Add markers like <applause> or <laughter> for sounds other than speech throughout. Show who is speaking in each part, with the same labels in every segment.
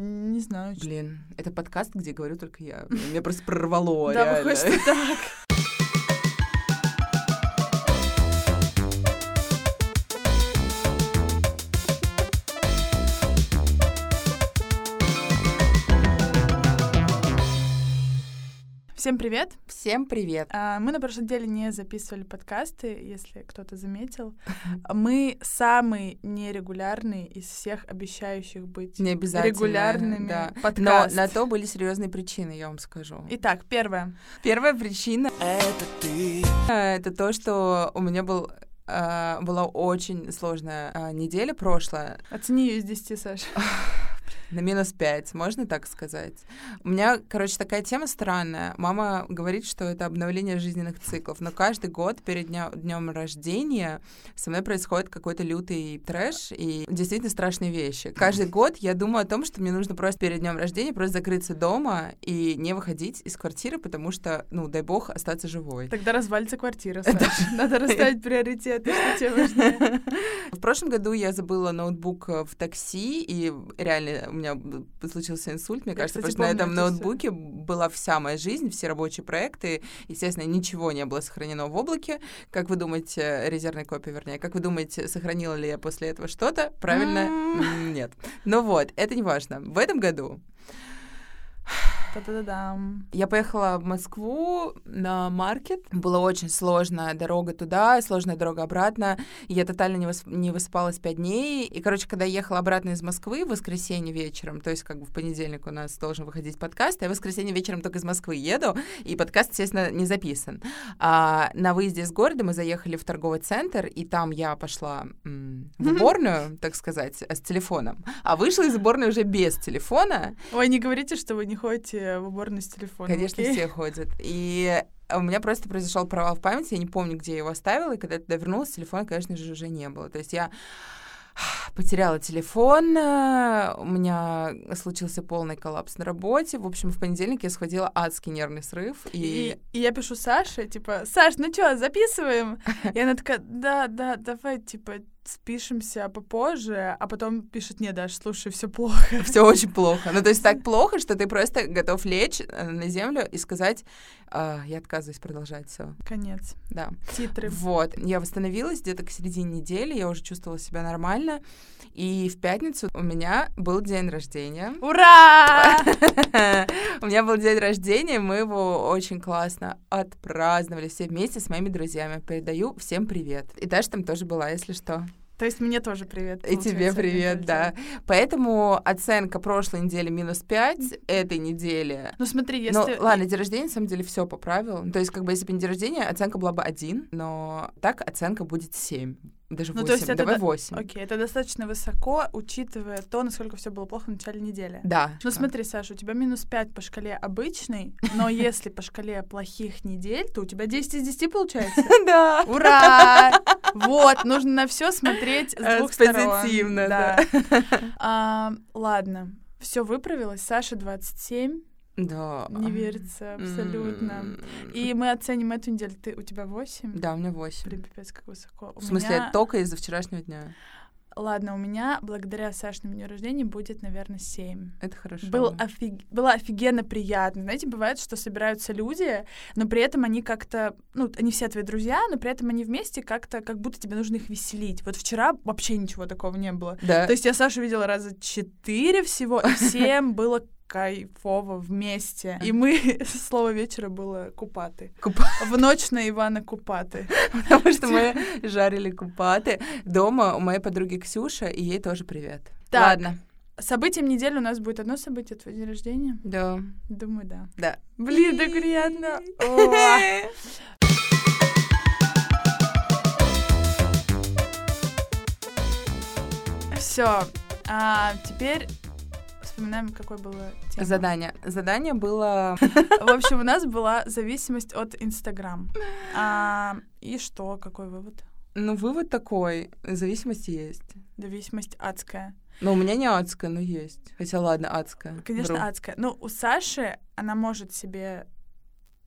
Speaker 1: не знаю. чё-
Speaker 2: Блин, это подкаст, где говорю только я. Меня просто прорвало,
Speaker 1: Да,
Speaker 2: реально.
Speaker 1: выходит, что так. Всем привет!
Speaker 2: Всем привет.
Speaker 1: А, Мы на прошлой неделе не записывали подкасты, если кто-то
Speaker 2: <laughs>
Speaker 1: заметил. Мы самый нерегулярный из всех обещающих быть
Speaker 2: Не обязательно.
Speaker 1: регулярными
Speaker 2: да. Но
Speaker 1: подкаст.
Speaker 2: на то были серьезные причины, я вам скажу.
Speaker 1: Итак, первое.
Speaker 2: Первая причина — это ты. Это то, что у меня был э, была очень сложная э, неделя прошлая,
Speaker 1: Оцени ее из 10, Саша.
Speaker 2: А. на минус пять, можно так сказать. У меня, короче, такая тема странная. Мама говорит, что это обновление жизненных циклов, но каждый год перед днем рождения со мной происходит какой-то лютый трэш и действительно страшные вещи. Каждый год я думаю о том, что мне нужно просто перед днем рождения просто закрыться дома и не выходить из квартиры, потому что, ну, дай бог, остаться живой.
Speaker 1: Тогда развалится квартира, Саша. Надо расставить приоритеты, что тебе важнее.
Speaker 2: В прошлом году я забыла ноутбук э, в такси, и реально у меня б- случился инсульт. Мне
Speaker 1: Я,
Speaker 2: кажется,
Speaker 1: кстати,
Speaker 2: потому что на
Speaker 1: помню
Speaker 2: этом
Speaker 1: это всё.
Speaker 2: ноутбуке была вся моя жизнь, все рабочие проекты. Естественно, ничего не было сохранено в облаке. Как вы думаете, резервной копии, вернее, как вы думаете, сохранила ли я после этого что-то? Правильно?
Speaker 1: М.
Speaker 2: М, Нет. Ну вот, это не важно. В этом году
Speaker 1: Та-да-да-дам.
Speaker 2: я поехала в Москву на маркет. Была очень сложная дорога туда, сложная дорога обратно. И Я тотально не, выс- не высыпалась пять дней. И, короче, когда я ехала обратно из Москвы в воскресенье вечером, то есть как бы в понедельник у нас должен выходить подкаст, я в воскресенье вечером только из Москвы еду, и подкаст, естественно, не записан. А на выезде из города мы заехали в торговый центр, и там я пошла м, в уборную, так сказать, с телефоном. А вышла из уборной уже без телефона,
Speaker 1: Ой, не говорите, что вы не ходите в уборную с телефоном.
Speaker 2: Конечно,
Speaker 1: окей?
Speaker 2: все ходят. И у меня просто произошел провал в памяти, я не помню, где я его оставила, и когда я туда вернулась, телефона, конечно же, уже не было. То есть я <sighs> потеряла телефон, э, у меня случился полный коллапс на работе. В общем, в понедельник я схватила адский нервный срыв. И,
Speaker 1: И, и я пишу Саше, типа, Саш, ну что, записываем? И она такая, да, да, давай, типа, спишемся попозже, а потом пишет, не, Даш, слушай, все плохо.
Speaker 2: все очень плохо. Ну, то есть так плохо, что ты просто готов лечь э, на землю и сказать, «А, я отказываюсь продолжать все.
Speaker 1: Конец.
Speaker 2: Да.
Speaker 1: Титры.
Speaker 2: Вот, я восстановилась где-то к середине недели, я уже чувствовала себя нормально. И в пятницу у меня был день рождения.
Speaker 1: Ура!
Speaker 2: У меня был день рождения, мы его очень классно отпраздновали все вместе с моими друзьями. Передаю всем привет. И Даша там тоже была, если что.
Speaker 1: То есть мне тоже привет.
Speaker 2: И тебе
Speaker 1: получается,
Speaker 2: привет,
Speaker 1: опять же.
Speaker 2: да. Поэтому оценка прошлой недели минус 5, этой недели
Speaker 1: Ну смотри, если...
Speaker 2: ну, ладно, день рождения, на самом деле, все по правилам. То есть, как бы, если бы не день рождения, оценка была бы один, но так оценка будет 7, даже
Speaker 1: Ну,
Speaker 2: 8.
Speaker 1: то есть это
Speaker 2: Давай
Speaker 1: да-
Speaker 2: 8.
Speaker 1: Окей, это достаточно высоко, учитывая то, насколько все было плохо в начале недели.
Speaker 2: Да.
Speaker 1: Ну смотри, Саша, у тебя минус 5 по шкале обычной, но если по шкале плохих недель, то у тебя 10 из 10
Speaker 2: <laughs>
Speaker 1: получается.
Speaker 2: <laughs> Да.
Speaker 1: Ура! Вот, нужно на все смотреть
Speaker 2: Э,
Speaker 1: с двух
Speaker 2: с
Speaker 1: сторон.
Speaker 2: позитивно, <laughs>
Speaker 1: А, ладно, все выправилось. Саша 27,
Speaker 2: Да.
Speaker 1: не верится абсолютно.
Speaker 2: А, М,
Speaker 1: И мы оценим эту неделю. Ты, у тебя 8?
Speaker 2: Да, у меня 8.
Speaker 1: Блин, пипец, как высоко. У
Speaker 2: В смысле,
Speaker 1: меня-
Speaker 2: только из-за вчерашнего дня.
Speaker 1: Ладно, у меня благодаря Сашному дню рождения будет, наверное, 7.
Speaker 2: Это хорошо.
Speaker 1: Был офиг- Было офигенно приятно. Знаете, бывает, что собираются люди, но при этом они как-то... Ну, они все твои друзья, но при этом они вместе как-то... Как будто тебе нужно их веселить. Вот вчера вообще ничего такого не было.
Speaker 2: Да.
Speaker 1: То есть я Сашу видела раза четыре всего, и всем было кайфово вместе. И мы... <laughs> Слово вечера было «купаты».
Speaker 2: Купа- <laughs>
Speaker 1: В ночь на Ивана «купаты».
Speaker 2: Потому что мы жарили купаты дома у моей подруги Ксюша, и ей тоже привет.
Speaker 1: Так.
Speaker 2: Ладно.
Speaker 1: Событием недели у нас будет одно событие, твой день рождения.
Speaker 2: Да.
Speaker 1: Думаю, да.
Speaker 2: Да.
Speaker 1: Блин, так приятно.
Speaker 2: <laughs>
Speaker 1: О. Все. А теперь вспоминаем, какой было тема.
Speaker 2: Задание. Задание было...
Speaker 1: <laughs>
Speaker 2: <laughs>
Speaker 1: В общем, у нас была зависимость от Инстаграм. А, и что? Какой вывод?
Speaker 2: Ну, вывод такой. Зависимость есть.
Speaker 1: Зависимость адская.
Speaker 2: Но Ну, у меня не адская, но есть. Хотя ладно, адская.
Speaker 1: Конечно,
Speaker 2: Вру.
Speaker 1: адская. Ну, у Саши она может себе...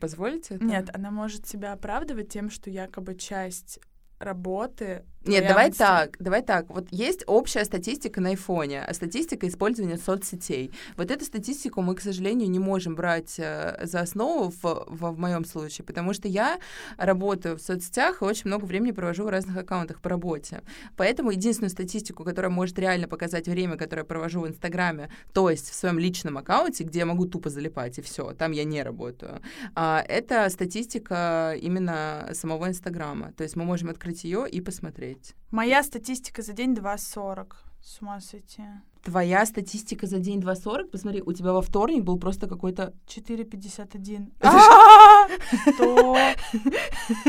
Speaker 2: Позволите? это?
Speaker 1: Нет, она может себя оправдывать тем, что якобы часть работы ну,
Speaker 2: Нет,
Speaker 1: прям
Speaker 2: давай
Speaker 1: все.
Speaker 2: так, давай так. Вот есть общая статистика на айфоне, а статистика использования соцсетей. Вот эту статистику мы, к сожалению, не можем брать э, за основу в, моем случае, потому что я работаю в соцсетях и очень много времени провожу в разных аккаунтах по работе. Поэтому единственную статистику, которая может реально показать время, которое я провожу в Инстаграме, то есть в своем личном аккаунте, где я могу тупо залипать и все, там я не работаю, а, это статистика именно самого Инстаграма. То есть мы можем открыть ее и посмотреть.
Speaker 1: Моя статистика за день 2.40. С ума сойти.
Speaker 2: Твоя статистика за день 2.40, посмотри, у тебя во вторник был просто какой-то...
Speaker 1: 4.51.
Speaker 2: Это
Speaker 1: Что?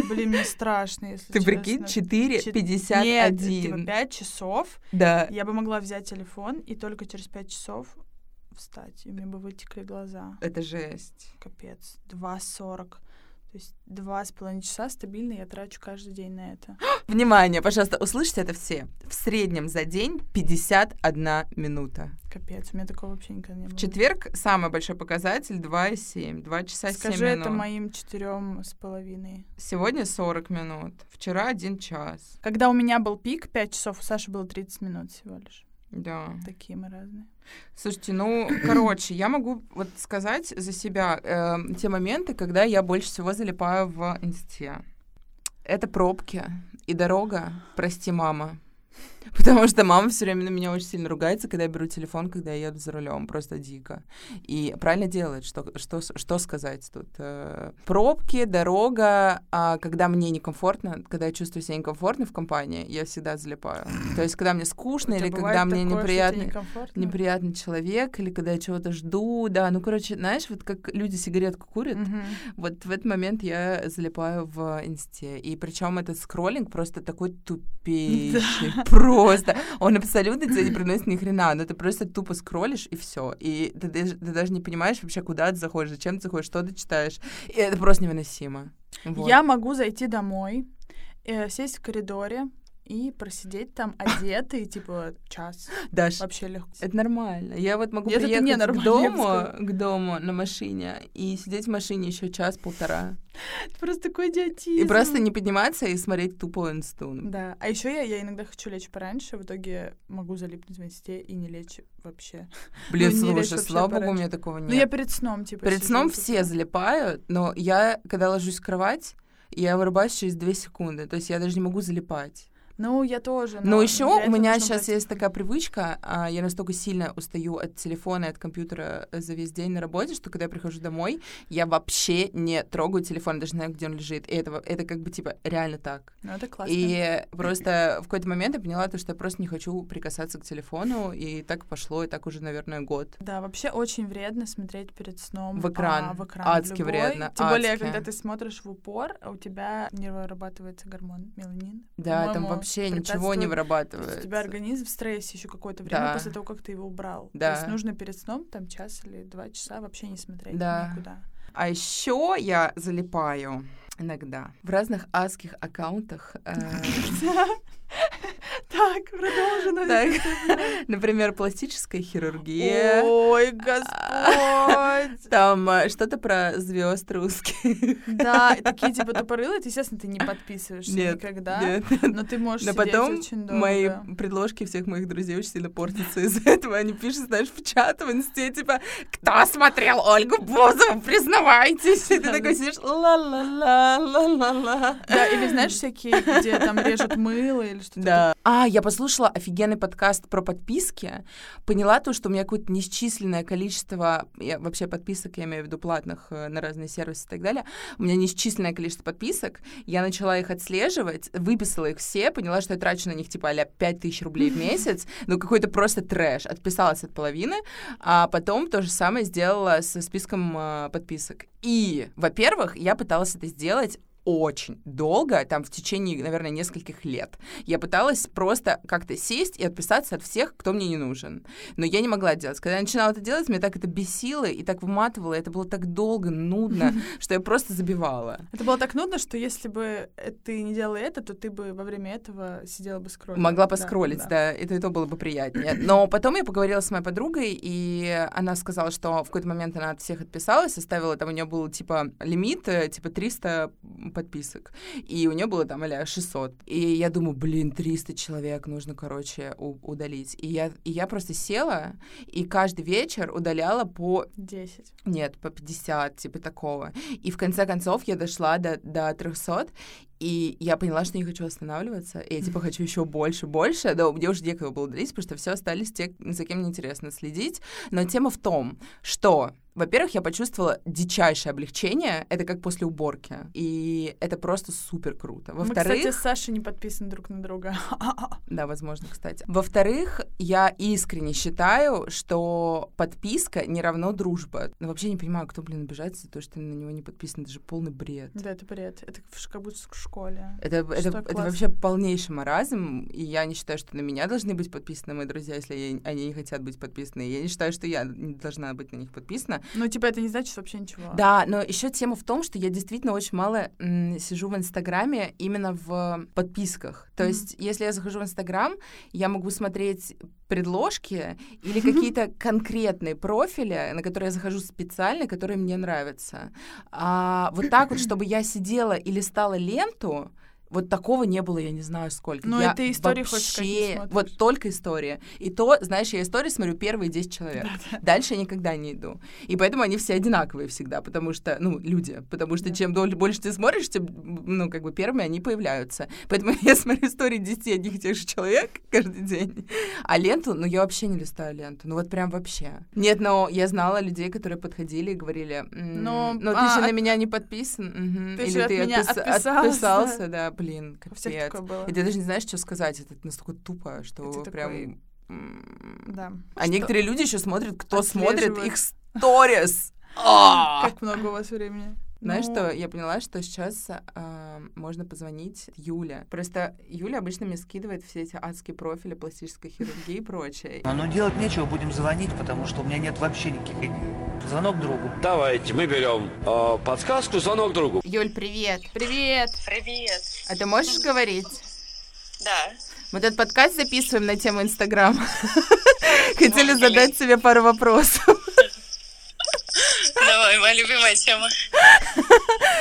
Speaker 1: Блин, мне страшно, если
Speaker 2: <laughs> Ты прикинь,
Speaker 1: честно.
Speaker 2: 4.51.
Speaker 1: Нет, типа 5 часов.
Speaker 2: Да.
Speaker 1: Я бы могла взять телефон и только через 5 часов встать. И мне бы вытекли глаза.
Speaker 2: Это жесть.
Speaker 1: Капец. 2.40. То есть два с половиной часа стабильно я трачу каждый день на это.
Speaker 2: Внимание, пожалуйста, услышьте это все. В среднем за день 51 минута.
Speaker 1: Капец, у меня такого вообще никогда не
Speaker 2: В
Speaker 1: было.
Speaker 2: четверг самый большой показатель 2,7. 2 часа 7
Speaker 1: Скажи это
Speaker 2: минут.
Speaker 1: моим четырем с половиной.
Speaker 2: Сегодня 40 минут, вчера 1 час.
Speaker 1: Когда у меня был пик, 5 часов, у Саши было 30 минут всего лишь.
Speaker 2: Да.
Speaker 1: Такие мы разные.
Speaker 2: Слушайте, ну, <clears throat> короче, я могу вот сказать за себя э, те моменты, когда я больше всего залипаю в инсте. Это пробки и дорога, прости, мама. <laughs> Потому что мама все время на меня очень сильно ругается, когда я беру телефон, когда я еду за рулем, просто дико. И правильно делает, что, что, с- что сказать тут. Э, Пробки, дорога, а когда мне некомфортно, когда я чувствую себя некомфортно в компании, я всегда залипаю. То есть, когда мне скучно
Speaker 1: У тебя
Speaker 2: ну или когда
Speaker 1: бывает
Speaker 2: мне
Speaker 1: такое, что тебе
Speaker 2: неприятно,
Speaker 1: некомфортно?
Speaker 2: неприятный человек или когда я чего-то жду, да, ну, короче, знаешь, вот как люди сигаретку курят,
Speaker 1: Мгм.
Speaker 2: вот в этот момент я залипаю в инсте, и причем этот скроллинг просто такой тупейший, просто, он абсолютно тебе не приносит ни хрена, но ты просто тупо скроллишь, и все, и ты, даже- ты даже не понимаешь вообще, куда ты заходишь, зачем ты заходишь, что ты читаешь, и это просто невыносимо. Вот.
Speaker 1: Я могу зайти домой, э, сесть в коридоре и просидеть
Speaker 2: <laughs>
Speaker 1: там одетый, типа, час.
Speaker 2: Даш,
Speaker 1: Вообще легко.
Speaker 2: Это нормально. Я вот могу
Speaker 1: Это ты
Speaker 2: приехать к
Speaker 1: ненормально, я бы
Speaker 2: дому,
Speaker 1: сказала.
Speaker 2: к дому на машине и сидеть в машине еще час-полтора.
Speaker 1: Это просто такой идиотизм.
Speaker 2: И просто не подниматься и смотреть тупо инсту.
Speaker 1: Да. А еще я, я иногда хочу лечь пораньше, в итоге могу залипнуть в инсте и не лечь вообще.
Speaker 2: Блин,
Speaker 1: Ну, не лечь
Speaker 2: слушай,
Speaker 1: вообще
Speaker 2: слава богу, у
Speaker 1: пораньше.
Speaker 2: меня такого
Speaker 1: Ну, я
Speaker 2: нет.
Speaker 1: перед сном, типа,
Speaker 2: Перед
Speaker 1: сижу,
Speaker 2: сном
Speaker 1: типа.
Speaker 2: все залипают, но я, когда ложусь в кровать, я вырубаюсь через 2 секунды. То есть я даже не могу залипать.
Speaker 1: Ну, я тоже.
Speaker 2: Но, еще
Speaker 1: для
Speaker 2: у
Speaker 1: этого
Speaker 2: меня
Speaker 1: нужно
Speaker 2: сейчас
Speaker 1: брать-
Speaker 2: есть такая привычка, а, я настолько сильно устаю от телефона и от компьютера э, за весь день на работе, что когда я прихожу домой, я вообще не трогаю телефон, даже не знаю, где он лежит. И это, во- это как бы типа реально так.
Speaker 1: Ну, это классно.
Speaker 2: И просто в какой-то момент я поняла то, что я просто не хочу прикасаться к телефону, и так пошло, и так уже, наверное, год.
Speaker 1: Да, вообще очень вредно смотреть перед сном.
Speaker 2: В экран.
Speaker 1: а, в экран
Speaker 2: Адски
Speaker 1: любой.
Speaker 2: вредно,
Speaker 1: Тем более,
Speaker 2: адски.
Speaker 1: когда ты смотришь в упор, а у тебя не вырабатывается гормон меланин.
Speaker 2: Да, там
Speaker 1: По-моему,
Speaker 2: вообще ничего не
Speaker 1: препятствует- То есть
Speaker 2: вырабатывается.
Speaker 1: у тебя организм в стрессе еще какое-то время
Speaker 2: Да.
Speaker 1: после того, как ты его убрал.
Speaker 2: Да.
Speaker 1: То есть нужно перед сном там час или два часа вообще не смотреть
Speaker 2: Да.
Speaker 1: никуда. <laughs>
Speaker 2: А еще я залипаю иногда в разных адских аккаунтах.
Speaker 1: <laughs>
Speaker 2: э,
Speaker 1: Так, продолжено.
Speaker 2: так, <laughs> Например, пластическая хирургия. <laughs>
Speaker 1: Ой, Господь!
Speaker 2: Там э, что-то про звезд русских.
Speaker 1: Да, и такие типа тупорылые, ты, естественно, ты не подписываешься
Speaker 2: Нет,
Speaker 1: никогда.
Speaker 2: <laughs> Нет.
Speaker 1: Но ты можешь
Speaker 2: Но
Speaker 1: сидеть
Speaker 2: потом
Speaker 1: очень долго.
Speaker 2: мои предложки всех моих друзей очень сильно портятся из-за этого. Они пишут, знаешь, в чат в инсте, типа, кто смотрел Ольгу Бузову, признавайтесь. И ты
Speaker 1: Да, да.
Speaker 2: такой сидишь, ла-ла-ла, ла-ла-ла.
Speaker 1: Да, или знаешь всякие, где там режут мыло или что-то
Speaker 2: Да. А, я послушала офигенный подкаст про подписки, поняла то, что у меня какое-то несчисленное количество, я, вообще подписок, я имею в виду платных э, на разные сервисы и так далее, у меня несчисленное количество подписок, я начала их отслеживать, выписала их все, поняла, что я трачу на них типа а-ля 5000 рублей в месяц, ну какой-то просто трэш, отписалась от половины, а потом то же самое сделала со списком э, подписок. И, во-первых, я пыталась это сделать очень долго, там в течение, наверное, нескольких лет. Я пыталась просто как-то сесть и отписаться от всех, кто мне не нужен. Но я не могла это делать. Когда я начинала это делать, меня так это бесило и так выматывало. и Это было так долго, нудно, что я просто забивала.
Speaker 1: Это было так нудно, что если бы э, ты не делала это, то ты бы во время этого сидела бы скроллить.
Speaker 2: Могла поскролить, да, Это и то было бы приятнее. Но потом я поговорила с моей подругой, и она сказала, что в какой-то момент она от всех отписалась, оставила, там у нее был, типа, лимит, э, типа, 300 подписок. И у нее было там, а 600. И я думаю, блин, 300 человек нужно, короче, у- удалить. И я, и я просто села и каждый вечер удаляла по...
Speaker 1: 10.
Speaker 2: Нет, по 50, типа такого. И в конце концов я дошла до, до 300, и я поняла, что не хочу останавливаться. И я, типа, хочу еще больше, больше. Да, мне уже некого было удалить, потому что все остались те, за кем мне интересно следить. Но тема в том, что во-первых, я почувствовала дичайшее облегчение. Это как после уборки. И это просто супер круто. Во-вторых,
Speaker 1: Мы, кстати, с Сашей не подписаны друг на друга. <laughs>
Speaker 2: да, возможно, кстати. Во-вторых, я искренне считаю, что подписка не равно дружба. Ну, вообще не понимаю, кто, блин, обижается за то, что ты на него не подписан. Это же полный бред.
Speaker 1: Да, это бред. Это в- как будто в школе.
Speaker 2: Это, это,
Speaker 1: Что
Speaker 2: это
Speaker 1: классно.
Speaker 2: вообще полнейший маразм, и я не считаю, что на меня должны быть подписаны мои друзья, если я- они не хотят быть подписаны. Я не считаю, что я не должна быть на них подписана.
Speaker 1: Ну, типа, это не значит вообще ничего. <laughs>
Speaker 2: Да, но еще тема в том, что я действительно очень мало м, сижу в Инстаграме именно в подписках. То
Speaker 1: Мгм.
Speaker 2: есть, если я захожу в Инстаграм, я могу смотреть предложки или какие-то конкретные профили, на которые я захожу специально, которые мне нравятся. А вот так вот, чтобы я сидела и листала ленту, вот такого не было, я не знаю сколько.
Speaker 1: Ну,
Speaker 2: Я
Speaker 1: и ты истории хоть какие
Speaker 2: вообще-
Speaker 1: смотришь?
Speaker 2: Вот только истории. И то, знаешь, я истории смотрю первые 10 человек. Дальше я никогда не иду. И поэтому они все одинаковые всегда, потому что, ну, люди. Потому что
Speaker 1: Да.
Speaker 2: чем дол- больше ты смотришь, тем, ну, как бы первыми они появляются. Поэтому <laughs> я смотрю истории 10 одних и тех же человек каждый день. А ленту, ну, я вообще не листаю ленту. Ну, вот прям вообще. Нет, но я знала людей, которые подходили и говорили, «М,
Speaker 1: Ну,
Speaker 2: ну, ты
Speaker 1: а,
Speaker 2: же на
Speaker 1: от-
Speaker 2: меня не подписан. Мгм.
Speaker 1: Ты
Speaker 2: Или
Speaker 1: же от
Speaker 2: ты
Speaker 1: меня
Speaker 2: отпис-
Speaker 1: отписался».
Speaker 2: отписался, да, блин,
Speaker 1: У
Speaker 2: капец.
Speaker 1: всех такое было.
Speaker 2: И ты даже не знаешь, что сказать. Это настолько тупо, что
Speaker 1: Это
Speaker 2: прям...
Speaker 1: такой-
Speaker 2: м,
Speaker 1: Да.
Speaker 2: а некоторые люди еще смотрят, кто смотрит
Speaker 1: Отслеживают.
Speaker 2: их
Speaker 1: <laughs>
Speaker 2: сторис. А!
Speaker 1: Как много у вас времени?
Speaker 2: Знаешь
Speaker 1: Ну,
Speaker 2: что, я поняла, что сейчас а, можно позвонить Юле. Просто Юля обычно мне скидывает все эти адские профили пластической хирургии и прочее.
Speaker 3: А, Ну, делать нечего, будем звонить, потому что у меня нет вообще никаких идей. Звонок другу.
Speaker 4: Давайте, мы берем э, подсказку «Звонок другу».
Speaker 2: Юль, привет.
Speaker 1: Привет!
Speaker 5: Привет.
Speaker 2: А ты можешь говорить?
Speaker 5: Да.
Speaker 2: Мы этот подкаст записываем на тему Инстаграма. <laughs> Хотели
Speaker 5: Ну, блин.
Speaker 2: задать тебе пару вопросов. <laughs>
Speaker 5: Давай, моя любимая тема.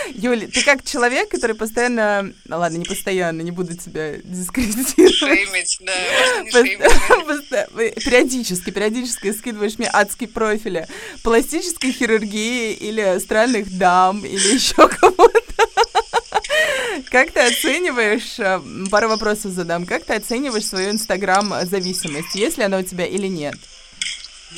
Speaker 2: Юль, ты как человек, который постоянно... Ну, ладно, не постоянно, не буду тебя дискредитировать.
Speaker 5: Шеймить, да. Можно не
Speaker 2: <laughs> Пост-
Speaker 5: шеймить.
Speaker 2: пост- Периодически, периодически скидываешь мне адские профили пластической хирургии или странных дам, или <laughs> еще кого-то. Как ты оцениваешь, э, м, пару вопросов задам, как ты оцениваешь свою инстаграм-зависимость, есть ли она у тебя или нет?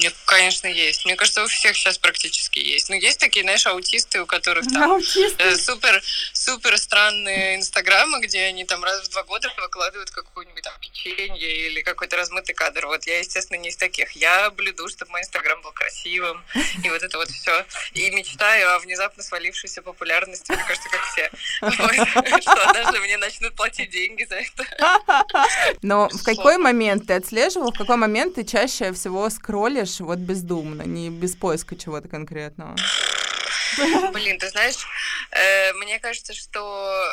Speaker 5: Нет, конечно, есть. Мне кажется, у всех сейчас практически есть. Но есть такие, знаешь, аутисты, у которых там
Speaker 2: Ну,
Speaker 1: Аутист.
Speaker 5: э, супер, супер странные инстаграмы, где они там раз в два года выкладывают какую-нибудь там печенье или какой-то размытый кадр. Вот я, естественно, не из таких. Я блюду, чтобы мой инстаграм был красивым и вот это вот все. И мечтаю о внезапно свалившейся популярности, мне кажется, как все. Вот. <laughs> Что однажды мне начнут платить деньги за это.
Speaker 2: Но в какой момент ты отслеживал, в какой момент ты чаще всего скроллишь вот бездумно, не без поиска чего-то конкретного?
Speaker 5: <laughs> Блин, ты знаешь, э, мне кажется, что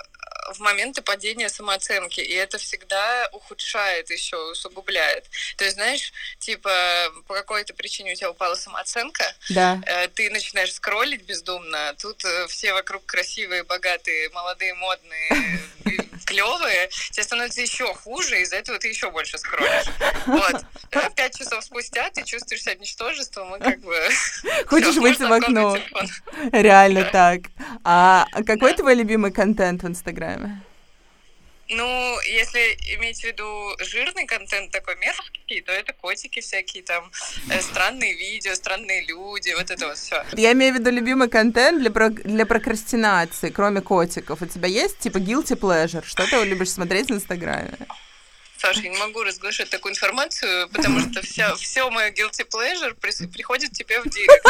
Speaker 5: э, в моменты падения самооценки, и это всегда ухудшает еще, усугубляет. То есть, знаешь, типа, по какой-то причине у тебя упала самооценка,
Speaker 2: Да.
Speaker 5: э, ты начинаешь скроллить бездумно, тут э, все вокруг красивые, богатые, молодые, модные,
Speaker 2: <laughs>
Speaker 5: клевые, тебе становится еще хуже, из-за этого ты еще больше скроллишь. Вот.
Speaker 2: <laughs>
Speaker 5: Э, Пять часов спустя ты чувствуешь себя ничтожеством, и как бы...
Speaker 2: Хочешь
Speaker 5: всё,
Speaker 2: выйти в
Speaker 5: можно откладывать
Speaker 2: окно?
Speaker 5: телефон.
Speaker 2: Реально
Speaker 5: Да.
Speaker 2: так. А какой твой любимый контент в Инстаграме?
Speaker 5: Ну, если иметь в виду жирный контент такой мерзкий, то это котики всякие там, э, странные видео, странные люди, вот это вот все.
Speaker 2: Я имею в виду любимый контент для, про- для прокрастинации, кроме котиков. У тебя есть типа guilty pleasure? Что ты любишь смотреть в Инстаграме?
Speaker 5: Саша, я не могу разглашать такую информацию, потому что все, все мое guilty pleasure прис- приходит тебе в директ.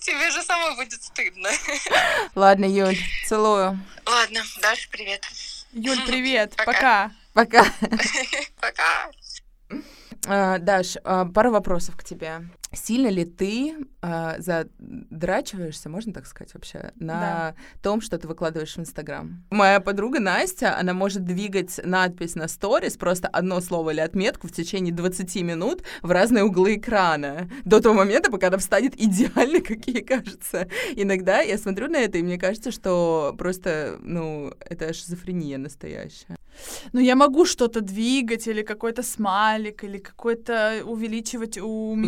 Speaker 5: Тебе же самой будет стыдно.
Speaker 2: Ладно, Юль, целую.
Speaker 5: Ладно, Даша, привет.
Speaker 1: Юль, привет!
Speaker 5: Пока.
Speaker 1: Пока!
Speaker 2: Пока.
Speaker 5: Пока.
Speaker 2: А, Даш, а, пара вопросов к тебе. Сильно ли ты а, задрачиваешься, можно так сказать вообще, на том, что ты выкладываешь в Инстаграм? Моя подруга Настя, она может двигать надпись на сторис, просто одно слово или отметку в течение 20 минут в разные углы экрана. До того момента, пока она встанет <laughs> идеально, как ей кажется. Иногда я смотрю на это, и мне кажется, что просто, ну, это шизофрения настоящая.
Speaker 1: Ну, я могу что-то двигать, или какой-то смайлик, или какой-то увеличивать, уменьшать.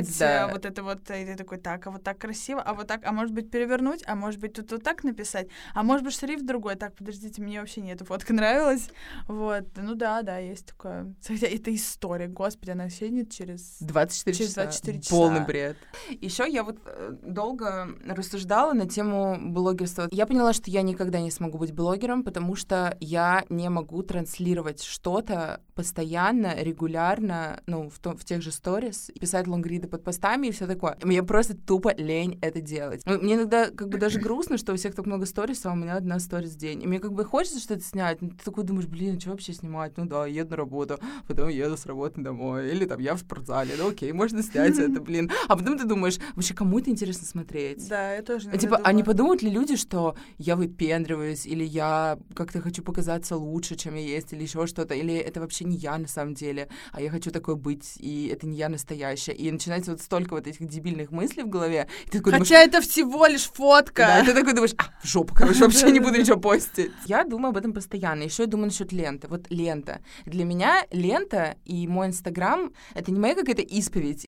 Speaker 2: Уменьшать, да.
Speaker 1: э, Вот это вот, и ты такой, так, а вот так красиво, а вот так, а может быть перевернуть, а может быть тут вот так написать, а может быть шрифт другой. Так, подождите, мне вообще не эта фотка нравилась. Вот, ну да, да, есть такое. Хотя это история, господи, она сидит через...
Speaker 2: 24
Speaker 1: Через
Speaker 2: часа.
Speaker 1: 24 часа.
Speaker 2: Полный бред. Еще я вот э, долго рассуждала на тему блогерства. Я поняла, что я никогда не смогу быть блогером, потому что я не могу транслировать что-то постоянно, регулярно, ну, в, том- в тех же сторис, писать лонгриды под постами и все такое. Мне просто тупо лень это делать. Ну, Мне иногда как бы даже грустно, что у всех так много сторис, а у меня одна сторис в день. И мне как бы хочется что-то снять, но ты такой думаешь, блин, что вообще снимать? Ну да, еду на работу, потом еду с работы домой, или там я в спортзале, ну окей, можно
Speaker 1: <laughs>
Speaker 2: снять это, блин. А потом ты думаешь, вообще кому это интересно смотреть?
Speaker 1: Да, я тоже
Speaker 2: А Типа, а не подумают ли люди, что я выпендриваюсь, или я как-то хочу показаться лучше, чем я есть, или еще что-то, или это вообще не я на самом деле, а я хочу такой быть, и это не я настоящая. И начинается вот столько вот этих дебильных мыслей в голове, и ты такой думаешь,
Speaker 1: Хотя это всего лишь фотка.
Speaker 2: да, и ты такой думаешь, а, в жопу, короче, вообще не буду ничего постить. Я думаю об этом постоянно. Еще я думаю насчет ленты. Вот лента. Для меня лента и мой инстаграм — это не моя какая-то исповедь.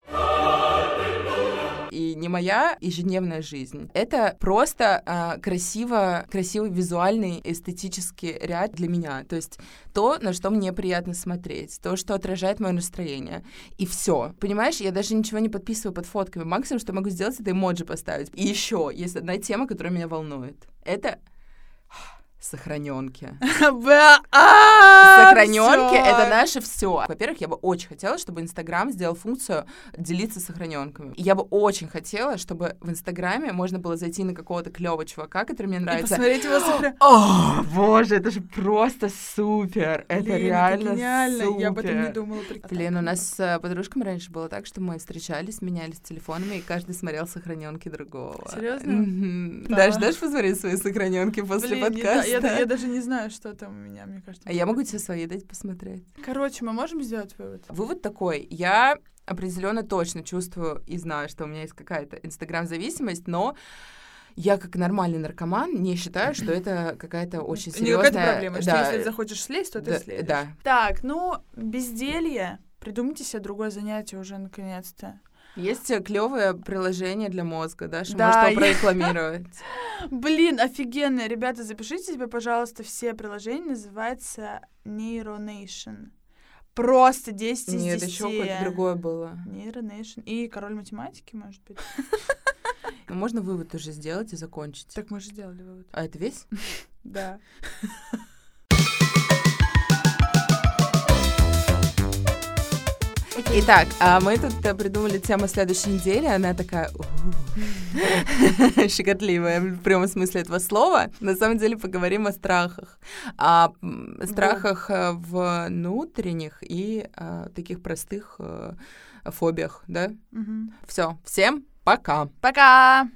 Speaker 2: И не моя ежедневная жизнь. Это просто а, красиво, красивый визуальный эстетический ряд для меня. То есть то, на что мне приятно смотреть, то, что отражает мое настроение. И все. Понимаешь, я даже ничего не подписываю под фотками. Максимум, что могу сделать, это эмоджи поставить. И еще есть одна тема, которая меня волнует. Это
Speaker 1: <laughs>
Speaker 2: сохраненки. Сохраненки
Speaker 1: а, Сохраненки
Speaker 2: это наше все. Во-первых, я бы очень хотела, чтобы Инстаграм сделал функцию делиться сохраненками. Я бы очень хотела, чтобы в Инстаграме можно было зайти на какого-то клевого чувака, который мне
Speaker 1: И
Speaker 2: нравится,
Speaker 1: посмотреть его сохра-
Speaker 2: О, боже, это же просто супер. Это
Speaker 1: Блин,
Speaker 2: реально
Speaker 1: гениально.
Speaker 2: супер.
Speaker 1: Я об этом не думала. прикинь.
Speaker 2: Блин, у нас с э, подружками раньше было так, что мы встречались, менялись телефонами, и каждый смотрел сохраненки другого.
Speaker 1: Серьёзно?
Speaker 2: Мгм.
Speaker 1: Да.
Speaker 2: Даш, дашь посмотреть свои сохраненки после
Speaker 1: Блин, не
Speaker 2: подкаста?
Speaker 1: знаю, я, да- я даже не знаю, что там у меня, мне кажется.
Speaker 2: А я могу тебе свои дать посмотреть.
Speaker 1: Короче, мы можем сделать вывод?
Speaker 2: Вывод такой. Я определенно точно чувствую и знаю, что у меня есть какая-то инстаграм-зависимость, но я как нормальный наркоман не считаю, что это какая-то очень
Speaker 1: ну, Не
Speaker 2: серьезная...
Speaker 1: какая-то проблема, что
Speaker 2: да,
Speaker 1: если ты захочешь слезть, то ты
Speaker 2: да,
Speaker 1: слезешь.
Speaker 2: да.
Speaker 1: Так, ну, безделье. Придумайте себе другое занятие уже наконец-то.
Speaker 2: Есть клевое приложение для мозга, Даша,
Speaker 1: Да,
Speaker 2: может
Speaker 1: я-
Speaker 2: его прорекламировать.
Speaker 1: Блин, офигенно. Ребята, запишите себе, пожалуйста, все приложения. Называется Neuronation. Просто 10 <laughs> из 10.
Speaker 2: Нет, еще какое-то другое было.
Speaker 1: Neuronation. И король математики, может быть.
Speaker 2: Ну, Можно вывод уже сделать и закончить.
Speaker 1: Так мы же сделали вывод.
Speaker 2: А это весь?
Speaker 1: Да.
Speaker 2: Итак, а мы тут э, придумали тему следующей недели. Она такая у-у, <laughs> щекотливая, в прямом смысле этого слова. На самом деле поговорим о страхах. О м, страхах э, внутренних и э, таких простых э, фобиях, да?
Speaker 1: Мгм.
Speaker 2: Все, всем пока!
Speaker 1: Пока!